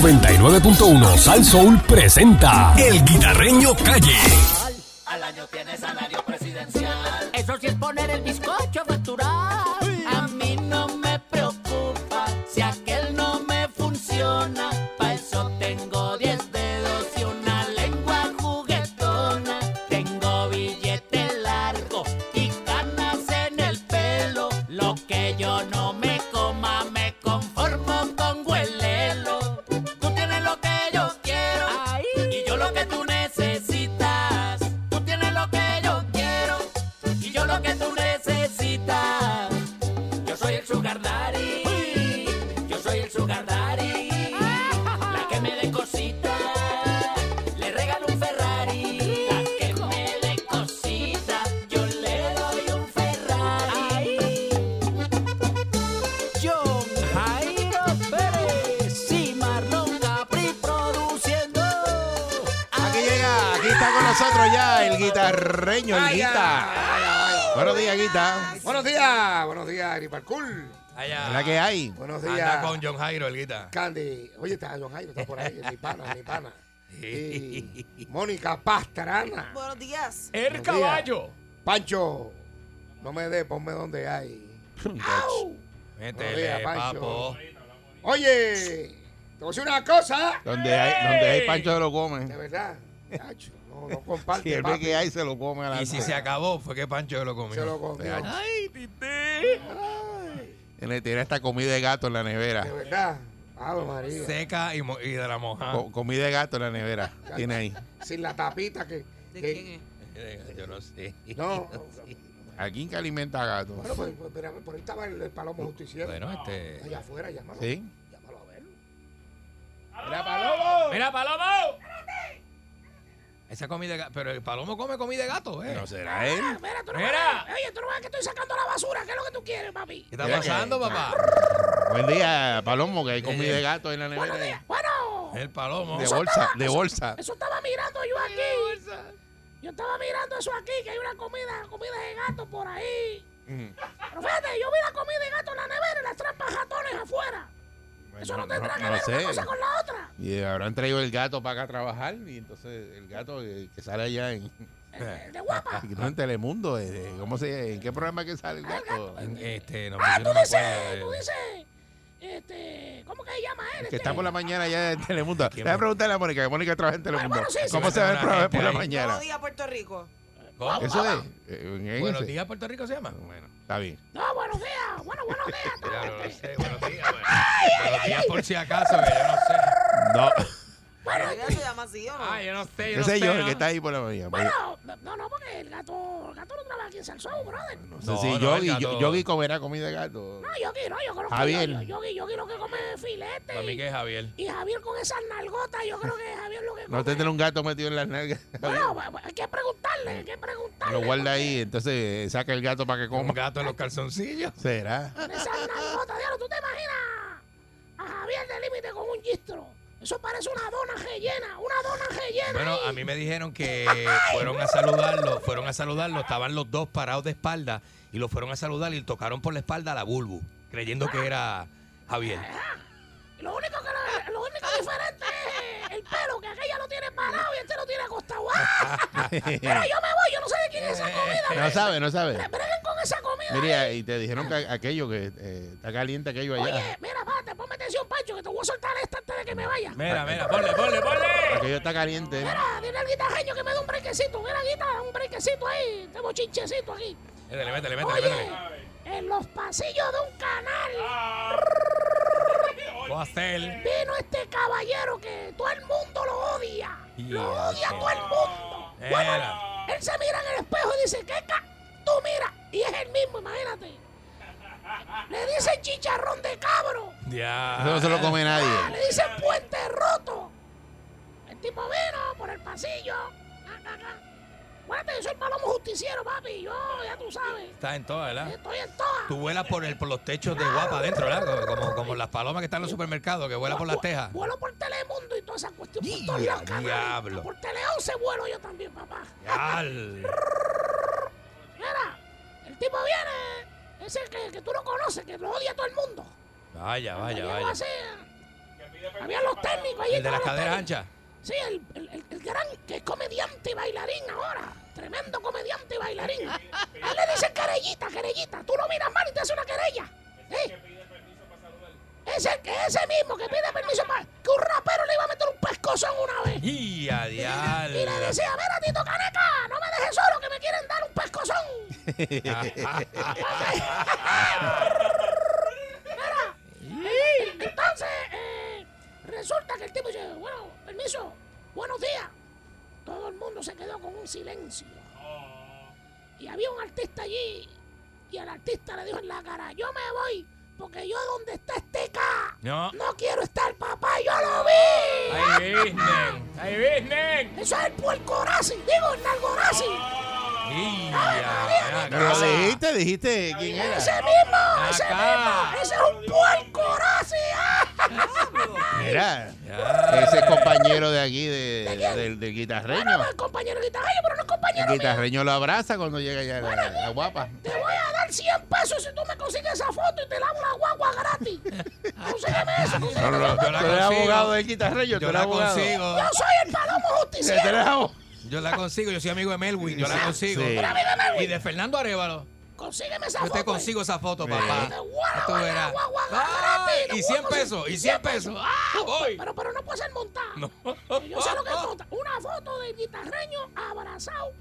99.1 Sal Soul presenta El Guitarreño Calle. Al año tiene salario presidencial. Eso sí es poner el bizcocho a facturar. A mí no me preocupa si aquel no me funciona. Pa' eso tengo 10 dedos y una lengua juguetona. Tengo billete largo y canas en el pelo. Lo que yo no me coma me conformo con huelelo. Tú tienes lo que yo quiero y yo lo que tú necesitas. Tú tienes lo que yo quiero y yo lo que tú necesitas. Yo soy el sugar daddy. Yo soy el sugar daddy. La que me dé cosita. Le regalo un Ferrari. La que me dé cosita. Yo le doy un Ferrari. John Jairo Pérez y Marlon Capri produciendo. Aquí llega, aquí está con nosotros ya el guitarreño, el Ay, guita. ay, ay, ay. Buenos días, guita. Buenos días, buenos días, Griparcool. ¿Es la que hay? Buenos Anda días, con John Jairo, el guita. Candy. Oye, está John Jairo, está por ahí, mi pana, mi pana. Y Mónica Pastrana. Buenos días. El caballo. Pancho, no me dé, ponme donde hay. ¡Au! Buenos Métele, días, Pancho. papo. Oye, te voy a decir una cosa. Donde hay, donde hay Pancho se lo De come. verdad, Nacho, no, no Si comparte, él ve papi, que hay, se lo come a la Y si se acabó, fue que Pancho lo comió. se lo comió. Ay, tite. Le tiene esta comida de gato en la De nevera. verdad, Ave María. Seca y, mo- y de la Ah. moja. Co- comida de gato en la nevera. Tiene ahí. Sin la tapita que... ¿De que- quién es? Eh, Yo no sé. No, Aquí que alimenta gato. bueno, pues, pues, mira, por ahí estaba el, el palomo justiciero. Bueno, este. Allá afuera, llámalo. ¿Sí? Llámalo a verlo. Mira, ¡Oh! Palomo. ¡Mira, Palomo! Esa comida de gato. Pero el Palomo come comida de gato, ¿eh? ¿No será él? Mira, Ah, tú no Mira. ves- Oye, tú no ves que estoy sacando la basura. ¿Qué es lo que tú quieres, papi? ¿Qué está Mira que- pasando, papá? Buen día, Palomo, que hay comida de gato en la nevera. Bueno, El Palomo. De bolsa, de bolsa. eso estaba mirando yo aquí. Yo estaba mirando eso aquí, que hay una comida, comida de gato por ahí. Mm. Pero fíjate, yo vi la comida de gato en la nevera y las trampas ratones afuera. Eso no, no, tendrá que no ver sé. una cosa con la otra. Y habrán traído el gato para acá a trabajar y entonces el gato eh, que sale allá en, El de guapa. no, en Telemundo, eh, ¿cómo se, ¿en qué programa que sale el gato? Este, no, Ah, yo tú no me dices, acuerdo tú de- dices, este, ¿cómo que se llama él? Que Este? está por la mañana allá en Telemundo. Déjame preguntarle a Mónica, que Mónica trabaja en Telemundo. bueno, sí, sí. ¿Cómo se ve el Una programa gente por la ahí. mañana? Buenos días, Puerto Rico. ¿Cómo? Eso es. eh, en ese. Buenos días, Puerto Rico se llama. Bueno, está bien. No, buenos días. Bueno, buenos días. Ya, no lo sé. Buenos días, bueno. Buenos días por si acaso, que yo no sé. No, Oiga, se llama así o no? Ah, yo no sé, yo no ese es yo, el ¿no? que está ahí por la mañana. No, no, no, porque el gato, el gato no trabaja aquí en Salsón, brother. No, No sé No, si no, Yogi, el gato. Yogi comerá comida de gato. Yogi, no, yo conozco Javier. Yo, yo, yo, yo que come filete. Para mí que es Javier. Y Javier con esas nalgotas, yo creo que Javier lo que come. No tendrá un gato metido en las nalgas. Bueno, pues, pues, hay que preguntarle, hay que preguntarle. Lo guarda ahí, entonces eh, saca el gato para que Como un coma. gato en los calzoncillos. ¿Será? Con esas nalgotas, diablo, ¿tú te imaginas a Javier de límite con un gistro? Eso parece una dona rellena, una dona rellena. Bueno, ahí. a mí me dijeron que fueron a saludarlo, fueron a saludarlo, estaban los dos parados de espalda y lo fueron a saludar y tocaron por la espalda a la Bulbu, creyendo que era Javier. Lo único que lo, lo único diferente es el pelo, que aquella lo tiene parado y este lo tiene acostado. ¡Ah! Pero yo me voy, yo no sé de quién es esa comida. No sabe, no sabe. Breguen con esa comida. Mira, y te dijeron que aquello, que eh, está caliente aquello allá. Oye, mira, espérate, ponme atención, Pancho, que te voy a soltar esta antes de que me vaya. Mira, mira, ponle, ponle, ponle. Aquello está caliente. Mira, dile al guitarreño que me dé un brequecito. Mira, guita, un brequecito ahí. Tengo chinchecito aquí. Métele, métele, métele, Oye, métele. en los pasillos de un canal Ah. Voy a hacer. vino este caballero que todo el mundo lo odia. Lo Ya, odia sí. todo el mundo. Era. Bueno, él se mira en el espejo y dice, ¿qué ca- Tú mira. Y es el mismo, imagínate. Le dicen chicharrón de cabro. Ya. Eso no se lo come nadie. Le dicen puente roto. El tipo vino por el pasillo. Ah, Acuérdate, yo soy el palomo justiciero, papi. Yo, ya tú sabes. Está en todas, ¿verdad? Estoy en todas. Tú vuelas por, el, por los techos de guapa adentro, ¿verdad? Como, como las palomas que están en los supermercados, que vuelan por las Vu- tejas. Vuelo por Telemundo y toda esa cuestión. Por Ya, todos lados, canales. diablo. Por Tele 11 vuelo yo también, papá. Al. Mira, el tipo viene. Ese que, que tú no conoces, que lo odia a todo el mundo. Vaya, vaya, Llegó vaya. así, Habían los técnicos allí. El de las estaban los caderas técnicos. anchas. Sí, el, el- el- el gran que es comediante y bailarín ahora. Tremendo comediante y bailarín. A él le dicen querellita, querellita. Tú lo miras mal y te hace una querella. ¿eh? Ese, ese mismo que pide permiso para... Que un rapero le iba a meter un pescozón una vez. Y a Y le diablo. decía, mira, Tito Caneca, no me dejes solo, que me quieren dar un pescozón. Mira, entonces, eh, resulta que el tipo dice, bueno, permiso, buenos días. Todo el mundo se quedó con un silencio. Y había un artista allí, y el artista le dijo en la cara, yo me voy, porque yo donde está Estica, No. no quiero estar, papá, yo lo vi. ¡Ay, Disney! ¡Ay, Disney! Eso es el puercorazi, digo, el nalgorazi. Ah, ¡Y a No lo dijiste, dijiste quién era. Ese mismo, ese ah, Acá. mismo, ese es un Ah, puercorazi. Mira, Ya. ese es compañero de aquí, de- del, del Bueno, guitarreño. pues, compañero guitarreño, pero no es El compañero mío. guitarreño lo abraza cuando llega ya la, la guapa. Te voy a dar 100 pesos si tú me consigues esa foto y te lavo la guagua gratis. Consígueme eso, No, consígueme no, esa no, foto. yo la Tú eres consigo. abogado del guitarreño, tú Yo eres la abogado. consigo. Yo soy el palomo Tú justiciero. eres abogado. Yo la consigo. Yo soy amigo de Melwin. Yo la consigo. Sí. Y de Fernando Arevalo. Consígueme esa Yo foto. te consigo esa foto, papá. Te voy a Ya Tú lavar la verás. guagua Ah, gratis, te voy Y a 100 conseguir pesos. Y 100 pesos. ¡Ah, voy! Pero, pero no puede ser montada. No. Yo sé lo que es montada. Una foto del guitarreño abrazado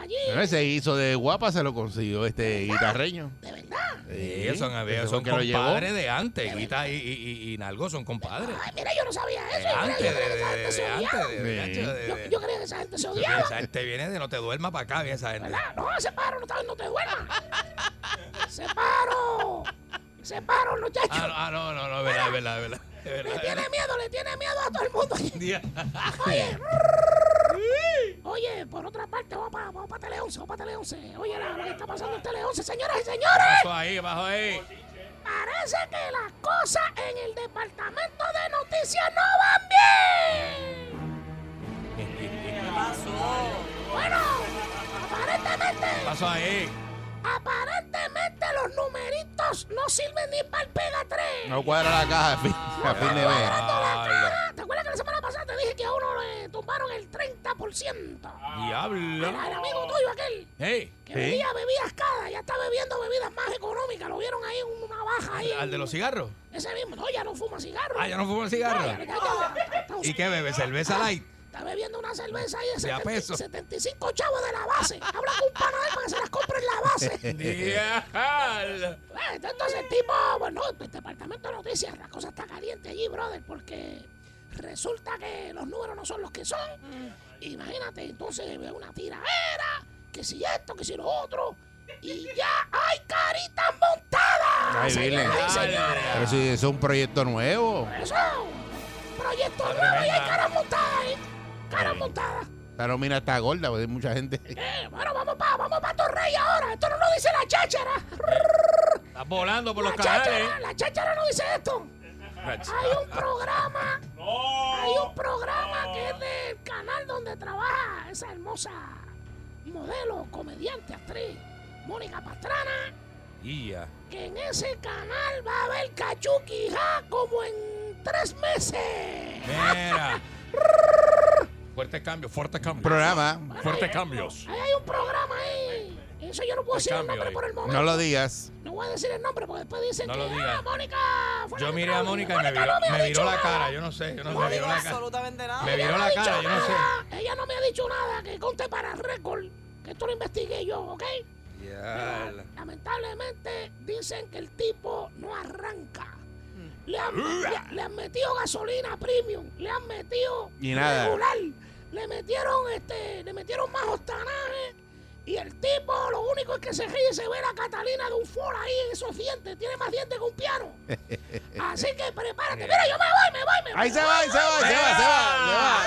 allí. Bueno, ese hizo de guapa se lo consiguió este guitarreño. De verdad. Sí, son, ese fue son el que lo llevó. compadres de antes. Guita y, y, y, y Nalgo son compadres. Ay, mira, yo no sabía De eso. Mira, antes, yo de, creía de, que esa de, gente se de antes. odiaba. De, Sí. de, de- Yo, de- yo creía que esa gente se odiaba. Esa gente viene de no te duermas para acá, viene esa gente. ¿Verdad? No, separo, no, te- no te duermas. separo. Separo, muchacho. Ah, no, ah, no, no, no, es verdad, es verdad, es verdad. es Le verdad, es tiene miedo, le tiene miedo a todo el mundo. verdad. Oye, oye, por otra parte, vamos para vamos pa Tele 11, vamos para Tele 11. Oye, la- lo que está pasando en Tele 11, señoras y señores. Bajo ahí, bajo ahí. Parece que las cosas en el departamento de noticias no van bien. ¿Qué pasó? Bueno, aparentemente, Pasó ahí. aparentemente los numeritos no sirven ni para el Pega 3. No cuadra la caja a fin, a fin de mes. Habla. Ah, ¿Te acuerdas que la semana pasada te dije que a uno le tumbaron el 30%? Ah, Al, Diablo. al amigo tuyo aquel Hey, que bebía bebidas caras, ya está bebiendo bebidas más económicas. Lo vieron ahí en una baja ahí. al de los cigarros. Ese mismo, no, ya no fuma cigarro. Ah, ya no fumo el No, ya- cigarro. ya- ya- ya- está- ¿Y qué bebe? ¿Cerveza light? Está bebiendo una cerveza ahí de, De a 70 peso. 75 chavos de la base. Habla con un pana de él para que se las compre en la base. Diablo. Eh, Entonces el tipo, bueno, el departamento de noticias, la cosa está caliente allí, brother, porque resulta que los números no son los que son. Imagínate, entonces ve una tiradera, que si esto, que si lo otro, y ya hay caritas montadas. Ay, señoras dile. y señores. Pero si es un proyecto nuevo. Eso, proyecto nuevo y hay caras montadas ahí. Caras Ay. montadas. Esta nómina está gorda, porque hay mucha gente. Eh, bueno, vamos para vamos pa Torrey ahora. Esto no lo dice la cháchara. Estás volando por los La canales. cháchara, la cháchara no dice esto. Hay un programa. Hay un programa que es del canal donde trabaja esa hermosa modelo, comediante, actriz, Mónica Pastrana. Ya. Que en ese canal va a haber cachuqui ja, como en tres meses. Mira. Fuertes cambios, fuertes cambios. Programa, Fuertes cambios. Ahí hay un programa ahí. Eso yo no puedo Hay decir el cambio nombre ahí. por el momento. no lo digas. No voy a decir el nombre porque después dicen No que lo digas. "Ah, Mónica. fue la Yo que miré a trajo". Mónica y me viró, no ha me dicho viró la nada. cara. Yo no sé, yo no sé. No Me viró digo la cara. absolutamente nada. Me Ella viró no la ha dicho cara, yo no sé. nada. Ella no me ha dicho nada que conte para récord. Que esto lo investigué yo, ¿ok? Diablo. Lamentablemente dicen que el tipo no arranca. Le han, Mm. le- le han metido gasolina premium, le han metido Y nada. regular, le metieron este, le metieron más hostanaje y el tipo lo único es que se ríe y se ve la Catalina de un Ford ahí en esos dientes, tiene más dientes que un piano. Así que prepárate, mira yo me voy, me voy, me voy. Ahí se va, ahí se va, se va, se va. Se va.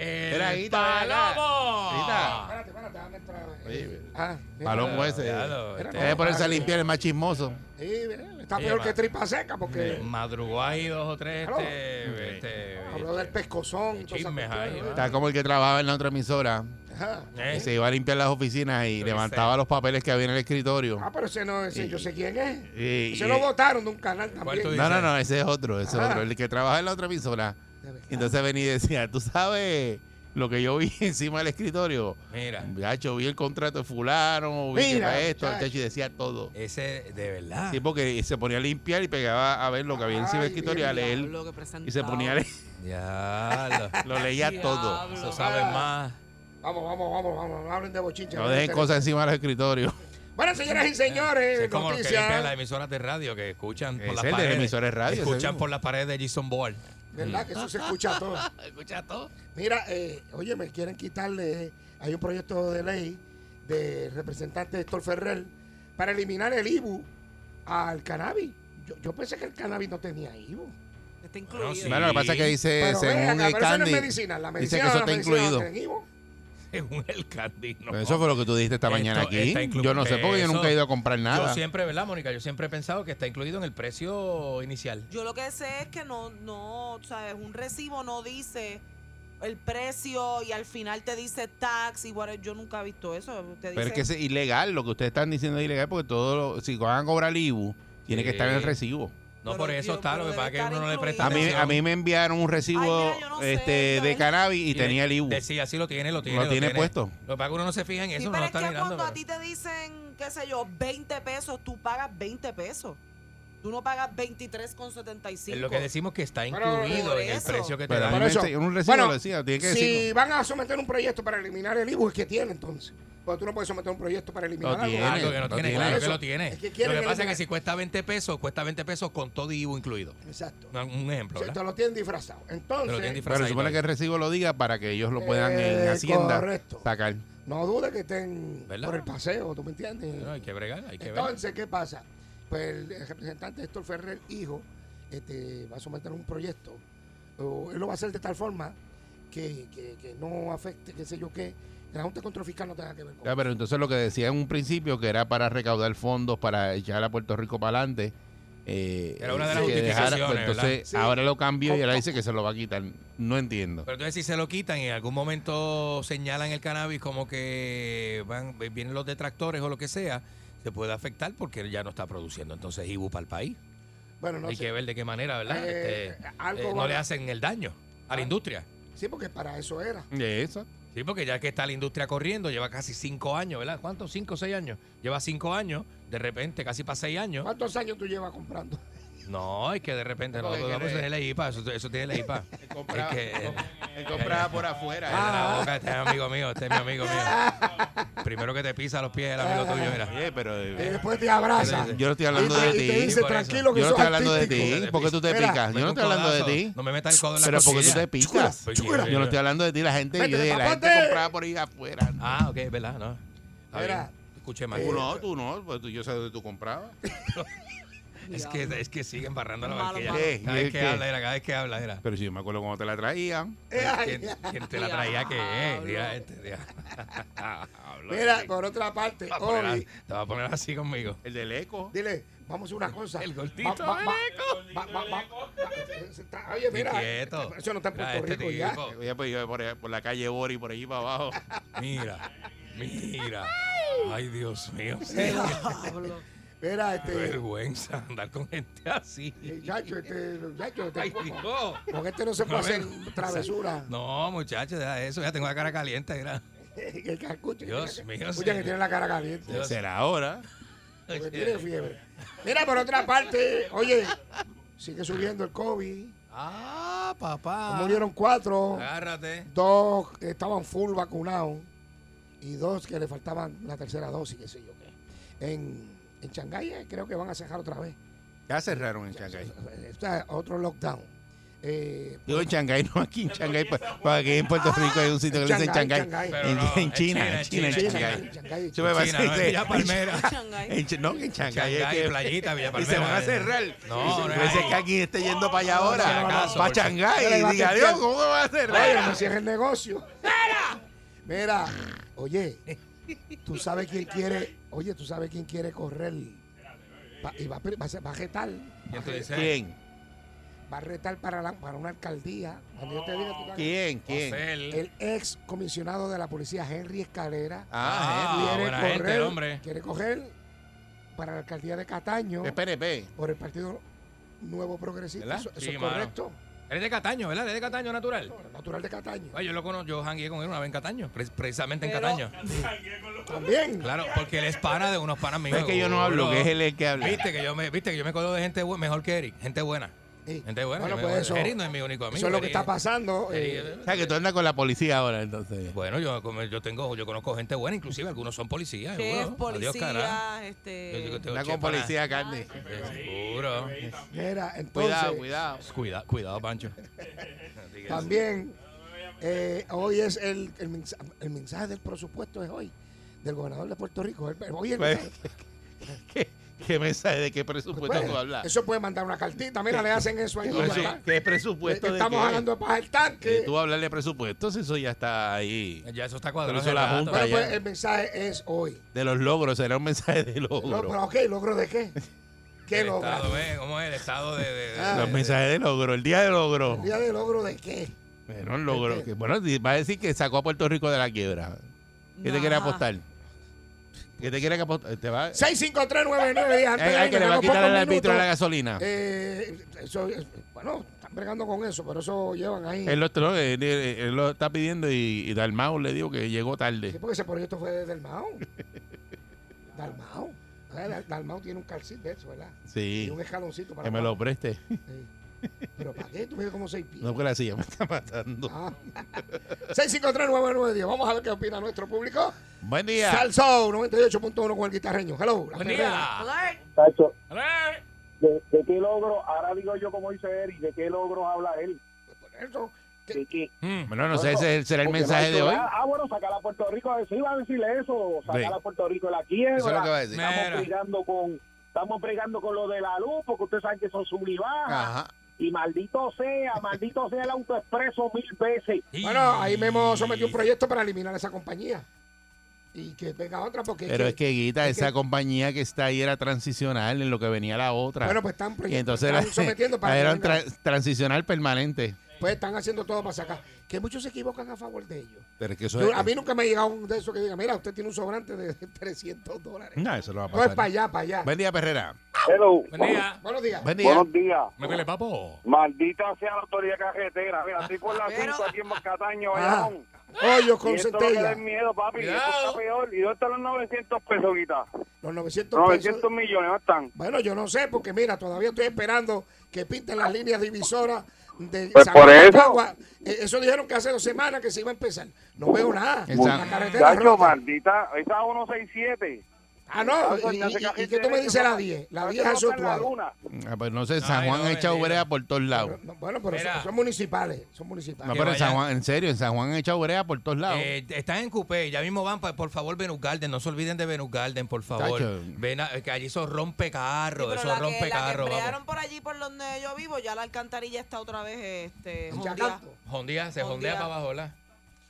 Mira, El Guita, mira. Guita. palomo. Espérate, espérate, dame esta- Oye, Ah, Palomo ese. Diablo, este- Debe ponerse a limpiar el más chismoso. sí, mira, está Oye, peor ma- que tripa seca porque Madrugó ahí dos o tres Claro. este, este, habló del pescozón. todas esas chismes ahí. cuestiones, ¿no? ¿verdad? Está como el que trabajaba en la otra emisora. ¿Eh? que este, se iba a limpiar las oficinas y levantaba los papeles que había en el escritorio. Ah, pero ese no, ese yo sé quién es. Y- Ese y- lo votaron de un canal ¿Cuál tú también. dices? no, no, no, ese es otro, ese es Ah. otro. El que trabaja en la otra emisora. Entonces venía y decía, ¿tú sabes lo que yo vi encima del escritorio? Mira, Gacho, vi el contrato de fulano, vi que Mira, fue esto, el muchacho. chacho y decía todo. ese de verdad. Sí, porque se ponía a limpiar y pegaba a ver lo que había encima del Ay, escritorio, a leer. Diablo, que Y se ponía a leer, Ya, lo- lo leía todo. Diablo. eso sabe Ah. más. Vamos, vamos, vamos, vamos. Hablen de bochincha. No dejen cosas encima del escritorio. Bueno, señoras y señores, es como los que limpian las noticias. emisoras de radio que escuchan Ese por las es de paredes. emisoras de radio, ese Escuchan mismo. por las paredes de Jason Board. ¿Verdad? Que eso se escucha todo. Escucha todo. Mira, eh, oye, me quieren quitarle. eh, Hay un proyecto de ley del representante Héctor Ferrer para eliminar el IBU al cannabis. Yo, yo pensé que el cannabis no tenía IBU. Está incluido. sí. Bueno, lo que pasa es que dice, Pero Eh, según ven acá, el pero eso no es Candy, medicina. La dice medicina, que eso no, está la medicina no incluido. tiene IBU. Según el candino. Pero Eso fue lo que tú dijiste esta mañana Esto aquí. está inclu- Yo no sé porque yo Eso- nunca he ido a comprar Yo nada. siempre, ¿verdad, Mónica? Yo siempre he pensado que está incluido en el precio inicial. Yo lo que sé es que no, no, sabes, un recibo no dice el precio y al final te dice tax y whatever. Yo nunca he visto eso. Te Pero es dice- que es ilegal, lo que ustedes están diciendo es ilegal porque todo lo- si van a cobrar el IBU, tiene que Sí. estar en el recibo. No Pero por eso Dios, está, lo pero que pasa es que debe uno no le estar presta A mí, atención. a mí me enviaron un recibo Ay, mira, yo no sé, este, de ¿sabes? cannabis y, tenía el IBU. Decía, sí, lo tiene, lo tiene. Lo tiene puesto. Lo que pasa es que uno no se fija en Sí, eso, no pero lo es que está mirando. cuando a pero- ti te dicen, qué sé yo, 20 pesos, tú pagas 20 pesos. Tú no pagas 23,75. Es lo que decimos que está Pero- incluido Por en el eso. precio que te Pero a mí Por dan. me eso- ense- un recibo bueno, lo decía, tiene que Si decirlo. van a someter un proyecto para eliminar el IBU, es que tiene entonces. Porque tú no puedes someter un proyecto para eliminar Lo algo. tiene. Algo que no Lo tiene, tiene. claro que Eso. lo tiene. Es que quieren lo que pasa es eliminar. que si cuesta 20 pesos, cuesta 20 pesos con todo y IVU incluido. Exacto. Un- Un ejemplo, O sea, ¿verdad? te lo tienen disfrazado. Te lo tienen Entonces, disfrazado. Pero se supone que el recibo lo diga para que ellos lo puedan en Eh, Hacienda correcto. sacar. no dudes que estén ¿Verdad? por el paseo, ¿tú me entiendes? No, hay que bregar, hay que ver. Entonces, ¿qué pasa? Pues el el representante Héctor Ferrer, hijo, este, va a someter un proyecto. O él lo va a hacer de tal forma que, que- que no afecte, qué sé yo qué, que la Junta de Control Fiscal no tenga que ver con Ya, pero entonces lo que decía en un principio que era para recaudar fondos para echar a Puerto Rico para adelante. eh, Era una de las que dejara- justificaciones, pues, ¿verdad? entonces Sí. ahora lo cambió y ahora dice que se lo va a quitar. No entiendo. Pero entonces si se lo quitan y en algún momento señalan el cannabis como que van, vienen los detractores o lo que sea, se puede afectar porque él ya no está produciendo entonces IBU para el país. Bueno, no hay sé. que ver de qué manera, ¿verdad? Eh, Este, algo Ah. eh, no van le a- hacen el daño a la industria. Sí, porque para eso era. eh, De eso. Sí, porque ya que está la industria corriendo, lleva casi cinco años, ¿verdad? ¿Cuántos? ¿Cinco o seis años? Lleva cinco años, de repente, casi para seis años. ¿Cuántos años tú llevas comprando? No, es que de repente, no, Porque no, pues quiere- es la IPA, eso, eso tiene la IPA. Es que- compraba por afuera. Cállate la boca, este es amigo mío, este es mi amigo mío. Primero que te pisa los pies el amigo tuyo, mira. Oye, pero eh, Y después te abraza. yo no estoy hablando y te, de y te ti. dice, por eso. tranquilo, que Yo no sos estoy hablando de artístico". ti. ¿Por qué tú te Mira, picas? Yo no Mete estoy un hablando de codazo, ti. No me meta el codo en la Pero porque tú costilla. te picas. Pues, Yo no estoy hablando de ti. La gente, Vete, yo dije, la gente papote. compraba por ahí afuera. Ah, ok, es verdad, no. Está bien, Mira, te Escuché eh, mal. Tú no, tú no. pues tú- Yo sé dónde tú comprabas. Es que, es que siguen barrando la Malo, barquilla. malo. ¿Qué? Cada Eh, ¿Y vez el que qué? habla, era, cada vez que habla, era. Pero si yo me acuerdo cuando te la traían. ¿Quién, quién te la traía que es? Diga este, diga. Ah, Hablo de Mira, ti. por otra parte, Te vas a poner hoy, a- te vas a poner así conmigo. El del eco. dile, vamos a hacer una cosa. El gordito del va- va- va- va- se está- Oye, mira, quieto. eso no está en Mira, Puerto este Rico ya. tipo. Oye, pues yo por, ahí- por la calle Bori, por allí para abajo. Mira, mira. Ay, Dios mío. Mira, Qué este, vergüenza andar con gente así. eh, chacho, este, chacho, este, Ay, Dios. con este no se puede No, hacer vergüenza. travesura. No, muchachos, deja eso. Ya tengo la cara caliente. Mira. El que escucha, Dios escucha mío, que señor. tiene la cara caliente, Dios. Pues Será ahora. porque tiene fiebre. Pues Mira, por otra parte, oye, sigue subiendo el COVID, Ah, papá. murieron cuatro. Agárrate. dos que estaban full vacunados y dos que le faltaban la tercera dosis, qué sé yo qué. En, en Shanghái eh, creo que van a cerrar otra vez. Ya cerraron en Shanghái. O sea, otro lockdown. Eh, Digo en Shanghái, no aquí en Shanghái. pa- Para aquí en Puerto Rico hay un sitio que le dicen Shanghái, Shanghái. Shanghái. Pero En, no, en China, en China, en China, Shanghái. Shanghái. Yo me pasé China, no, es dice, Villa Palmera. Shanghái. en Ch- No, que en Shanghái. es Shanghái, que- playita, Villa y se Palmera. van a cerrar. No, no no Oh, es es ahí. que alguien esté yendo para allá no, ahora. no, no. Para Shanghái. Pero va Y a diga, ser Dios, cierto. ¿cómo va a cerrar? Oye, no cierres el negocio. Mira, oye, tú sabes quién quiere, oye, tú sabes quién quiere correr. Pa- y va, a pre- va a ser- va a retar. ¿Quién tú dices? ¿Quién? va a retar para, la- para una alcaldía. Cuando yo te diga, tú sabes. ¿Quién? ¿Quién? José, El ex comisionado de la policía, Henry Escalera, Ah, Ah, Henry. buena gente, el hombre. quiere coger para la alcaldía de Cataño Es PNP. por el Partido Nuevo Progresista. ¿Verdad? Eso, eso Sí, es mano. correcto. Eres de Cataño, ¿verdad? Eres de Cataño natural. No, Natural de Cataño. Ay, yo lo conozco, yo jangué con él una vez en Cataño, pre- precisamente en Pero- Cataño. También. Claro, porque él es pana de unos panas míos. es que yo no hablo, que es él el que habla. Viste que yo me, viste que yo me acuerdo de gente bu- mejor que Eric, gente buena. Sí. Gente buena. Bueno, yo me- pues eso- Eric no es mi único amigo. Eso es lo que Eric- está pasando. Eric- eh, O sea, que tú andas con la policía ahora, entonces. Bueno, yo, como yo tengo, yo conozco gente buena, inclusive algunos son policías. Chef, seguro. Adiós, carajo. policía, Yo- yo este... tengo Anda chef con para- policía, carne. Eh, Seguro. mira, Ah, entonces, Cuidado, cuidado. Cuidado, cuidado, Pancho. también, eh, hoy es el, el, mensa- el mensaje del presupuesto, es hoy, del gobernador de Puerto Rico. El- hoy el Pues, mensaje. ¿Qué, qué mensaje? ¿De qué presupuesto Pues, tú hablas? Eso puede mandar una cartita. Mira, le hacen eso ahí. y ya Pues, está. ¿Qué Que presupuesto? de estamos qué? hablando de paja el Eh, tanque. Tú hablarle de presupuesto, si eso ya está ahí. Ya eso está cuadrado. Pero hizo hace la rato. junta. Bueno, Vaya. pues el mensaje es hoy. De los logros, será un mensaje de No, logro. pero ok, ¿logro de qué? ¿Qué El logro? estado, ¿eh? ¿Cómo es el estado de...? de- de- Ah. Los de- mensajes de logro, el día de logro. eh, ¿Día este, de logro de qué? Bueno, el logro. que- bueno, di- va a decir que sacó a Puerto Rico de la quiebra. ¿Qué te Nah. quiere apostar? ¿Qué te quiere apostar? Te va, Eh, 65399 antes Ay, de ay, que le irnos, va a tenemos quitar pocos al árbitro minutos. la gasolina. Eh, eso, es- bueno, están bregando con eso, pero eso llevan ahí. Él lo, no, él- él- él lo está pidiendo y, y Dalmau le dijo que llegó Sí, tarde. porque ese proyecto fue de Dalmao. Dalmao. Ah, Dal- Dalmao tiene un calcito de eso, ¿verdad? Y Sí, un escaloncito para que me lo abajo. preste. Sí. Pero ¿para qué? Tú mides como seis pies. No, pues, que la silla me está matando. Ah. 6539910. Vamos a ver qué opina nuestro público. Buen día. Salso 98.1 con el guitarreño. Hello. la Buen perrera. día. Alert. Tacho, Alert. ¿de, de qué logro? Ahora digo yo como dice Eric, ¿de qué logros habla él? Por eso, ¿De qué? Mm. Bueno, no sé, ese será el Porque mensaje no de hizo hoy. nada. Ah, bueno, sacar a Puerto Rico, sí, iba a decirle eso, sacar Sí. a Puerto Rico de la Eso es lo que va quiebra. a decir. Mira. Estamos brigando con estamos bregando con lo de la luz, porque ustedes saben que son sub y baja. Ajá. Y maldito sea, maldito sea el autoexpreso mil veces. Bueno, ahí Memo sometió un proyecto para eliminar esa compañía. Y que venga otra porque... Pero es que Guita, es esa que- compañía que está ahí era transicional en lo que venía la otra. Bueno, pues están, y proye- entonces están era, sometiendo para que era un venga. tra- transicional permanente. Pues están haciendo todo para sacar. Que muchos se equivocan a favor de ellos. Pero es que eso Yo- a mí nunca me ha llegado un de esos que diga, mira, usted tiene un sobrante de 300 dólares. No, eso no va a No es pasar. para allá, para allá. Buen día, Perrera. Hello. Buen día. Buenos días. Buen día. Buenos días. Métele, papo. Maldita sea la autoridad carretera. Mira, estoy por la Pero- 5 aquí en Cataño, Ah, Bayamón. hoyos Y con esto es lo que da centella. el miedo, papi. y Esto Cuidado. está peor. ¿Y dónde están los 900 pesos, Guita? Los 900 pesos. 900 millones, ¿dónde están? Bueno, yo no sé, porque mira, todavía estoy esperando que pinten las líneas divisoras de Pues San por Juan de eso. Cagua. Eh, eso dijeron que hace dos semanas que se iba a empezar. No veo nada. Exacto. La carretera Chacho, rota. maldita, esa 167. Ah, no. Chacho, ¿Y, ya se y- cayó y qué tú este me dices la año, 10? La chacho, 10 no es está en la Sotuado. luna. Ah, pues no sé, San Ay, Juan no, ha echado bendito. brea por todos lados. No, Bueno, pero Mira. son, son municipales. Son municipales. No, que pero en San vayan. Juan, en serio, en San Juan ha echado brea por todos lados. Eh, están en Coupé, ya mismo van, pa- por favor, Venus Garden, no se olviden de Venus Garden, por favor. Tacho. Ven a- que allí eso rompe Sí, carro, pero eso la que, rompe la que carro. brearon por allí, por donde yo vivo, ya la alcantarilla está otra vez, este, En jodida. Yacanto. Hondea, se Jondea. jondea para abajo, ¿la?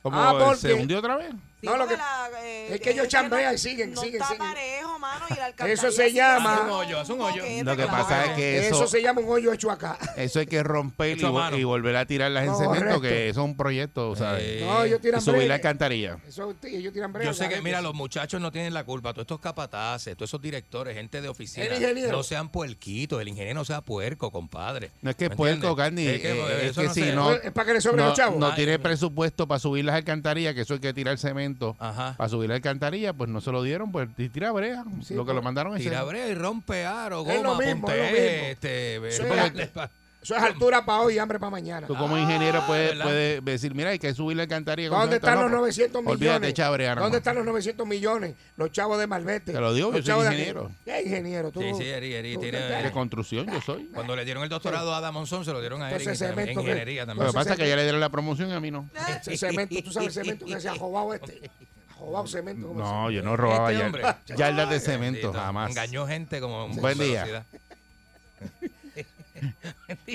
Como ah, porque- se hundió otra vez. Sí, No, lo porque que- la, eh, es que ellos no- chambean y siguen, no siguen, está siguen. parejo, mano, y la Eso alcantarilla se sigue llama- siendo Es un hoyo, es un hoyo. boquete, Lo que claro. pasa es que Eso, eso, se llama un hoyo hecho acá. eso hay que romper y, Hecho a vo- mano. y volver a tirarlas en Correcto. cemento, que eso es un proyecto, ¿sabes? Eh, No, ellos tiran Subir la break. alcantarilla. Eso, t- ellos tiran break. Yo sé la que, gente mira, sí. los muchachos no tienen la culpa. Todos estos capataces, todos esos directores, gente de oficina. El ingeniero. No sean puerquitos. El ingeniero no sea puerco, compadre. No es que ¿Me es puerco, entiendes? Candy. Es que, eh, Es eso que no si se- no. Es para que le sobre los chavos. no Ay, tiene no. presupuesto para subir las alcantarillas, que eso hay que tirar cemento. Ajá. Para subir la alcantarilla, pues no se lo dieron, pues y tira brea. Sí, lo que pues, lo mandaron es Tira eso. brea y rompe aro, Es lo goma, mismo, es lo mismo. ponte este... Eso eh, es- ponte pa- Eso es altura para hoy y hambre para mañana. Tú como ingeniero puedes, Ah, ¿verdad? puedes decir, mira, hay que subir la alcantarilla. con ¿Dónde cemento". están No, los pues, 900 millones? Olvídate, echa brea nomás. ¿Dónde están los 900 millones? Los chavos de Malvete. Te lo digo, los yo soy chavos de ingeniero. aquí. ¿Qué ingeniero? Tú, Sí, sí, Eri, Eri, tú- tiene- De construcción, yo soy. Cuando le dieron el doctorado a Adam Monzón, se lo dieron a Eric Entonces, y también, cemento, ingeniería ¿qué? Lo también. que pasa es que ya le dieron la promoción y a mí no. Ese cemento, tú sabes el cemento que se ha robado este. Ha robado cemento. como No, se- yo no robaba Este ya hombre. yardas de cemento, Bendito, jamás. Engañó gente como un Buen día.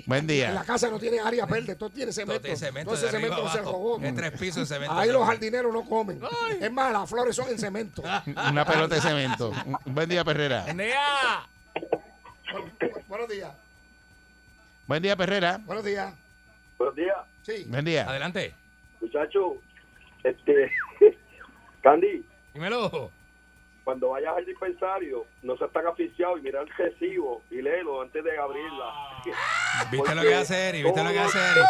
Buen En la día. casa no tiene área verde, todo tiene cemento. cemento Entonces de el arriba cemento se abajo. robó. En tres pisos de cemento. Ahí los jardineros no comen. Es más, las flores son en cemento. Una pelota de cemento. Buen día, Perrera. ¡Nea! Bu- bu- Buenos días. Buen día, Perrera. Buenos días. Buenos días, Sí. Buen día. Adelante. muchacho. Este, Candy, Dímelo. cuando vayas al dispensario, no seas tan asfixiado y mira el recibo y léelo antes de abrirla. ¿Viste lo Porque que hace Eri? ¿Viste lo que hace Eri?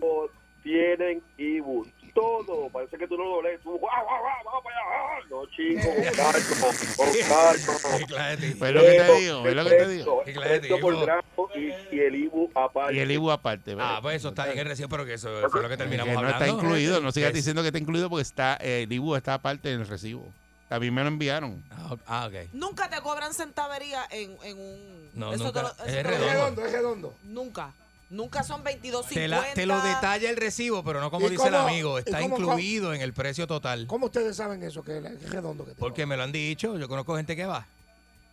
Todos tienen Ibu. Todo. Parece que tú no lo lees. Tú, guau, guau, guau, vamos para allá. Ah, No, chico, con calma, con Qué calma. clase de tipo. Pues lo que te digo, es lo que te digo. Esto, Qué clase de esto por tipo. gramo y, y el Ibu aparte. Y el IBU aparte. ¿verdad? Ah, pues eso está bien el recibo, pero que eso fue lo que Que no terminamos hablando. está incluido, no sigas Que- diciendo que está incluido porque está eh, el IBU está aparte en el recibo. A mí me lo enviaron. Ah, ok. Ah, ok. Nunca te cobran centavería en, en un. No, eso nunca. te lo- Es eso te lo- Es redondo. redondo, es redondo. Nunca. Nunca son 22.50. Te, la- te lo detalla el recibo, pero no como ¿Y dice el cómo- amigo, y está cómo- incluido en el precio total. ¿Cómo ustedes saben eso? Que es redondo que te Porque me lo han dicho, yo conozco gente que va.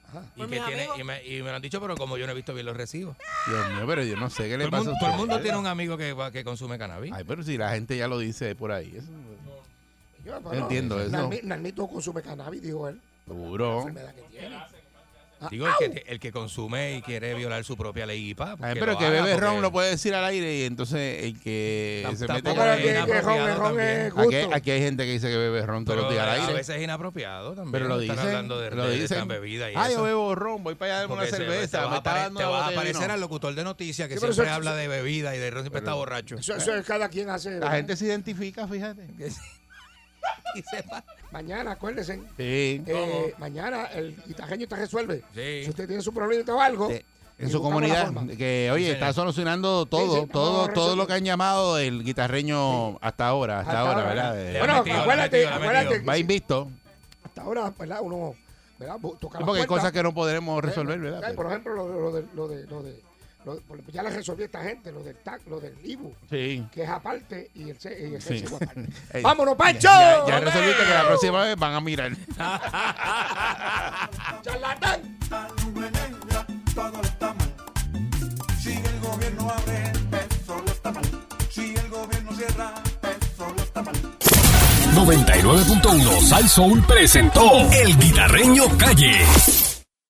Ajá. Y, Pues que mis tiene, amigos. y, me, y me lo han dicho, pero como yo no he visto bien los recibos. Dios mío, pero yo no sé qué Todo le el, pasa mundo, a todo el ustedes. mundo tiene un amigo que, va- que consume cannabis. Ay, pero si la gente ya lo dice por ahí. Eso, Yo No entiendo eso. Nalmi- Nalmito consume cannabis, dijo él. seguro. enfermedad que tiene. Digo, el que, el que consume y quiere violar su propia ley IPA. pues Ay, que pero lo que haga, bebe ron porque lo puede decir al aire y entonces el que Tam- se mete tampoco con Pero es que, el- que ron, inapropiado el ron aquí, es gusto. aquí hay gente que dice que bebe ron todos Pero los días al a aire. veces es inapropiado también. Pero lo Están dicen. hablando de, lo de- de dicen. tan bebida y ah, eso. yo bebo ron, voy para allá de una Porque se- cerveza. te me vas, está a, apare- dando te una vas a botella de aparecer vino. al locutor de noticias que Sí, pero siempre eso- habla de bebida y de ron siempre está borracho. Eso, eso es cada quien hace. La ¿verdad? gente se identifica, fíjate. Que sí. y sepa. Mañana, acuérdense. Sí. eh, mañana el guitarreño te resuelve. Sí. Si usted tiene su problemita o algo. de- en y su buscamos la comunidad. forma. Que oye, Sí, está señor. solucionando todo, sí, todo, vamos a todo lo resolver. que han llamado el guitarreño hasta ahora, hasta, Hasta ahora, ahora. ¿verdad? Le Eh, ha Bueno, metido, le ha acuérdate, metido, le ha acuérdate metido. va invisto. Hasta ahora, ¿verdad? Uno, ¿verdad? Bu- Toca Sí, la porque hay puerta. cosas que no podremos resolver, ¿verdad? Ay, Por ejemplo, lo, de- lo de, lo de, lo de, lo de- por- ya le resolvió esta gente, lo del TAC, lo del IBU, Sí. que es aparte y el, C- y el Sí. recibo aparte. Eh, ¡Vámonos, Pancho! Ya, ya resolviste que la próxima vez van a mirar. ¡Charlatán! Si el gobierno cierra, eso lo está mal. 99.1 Sal Soul presentó El Guitarreño Calle.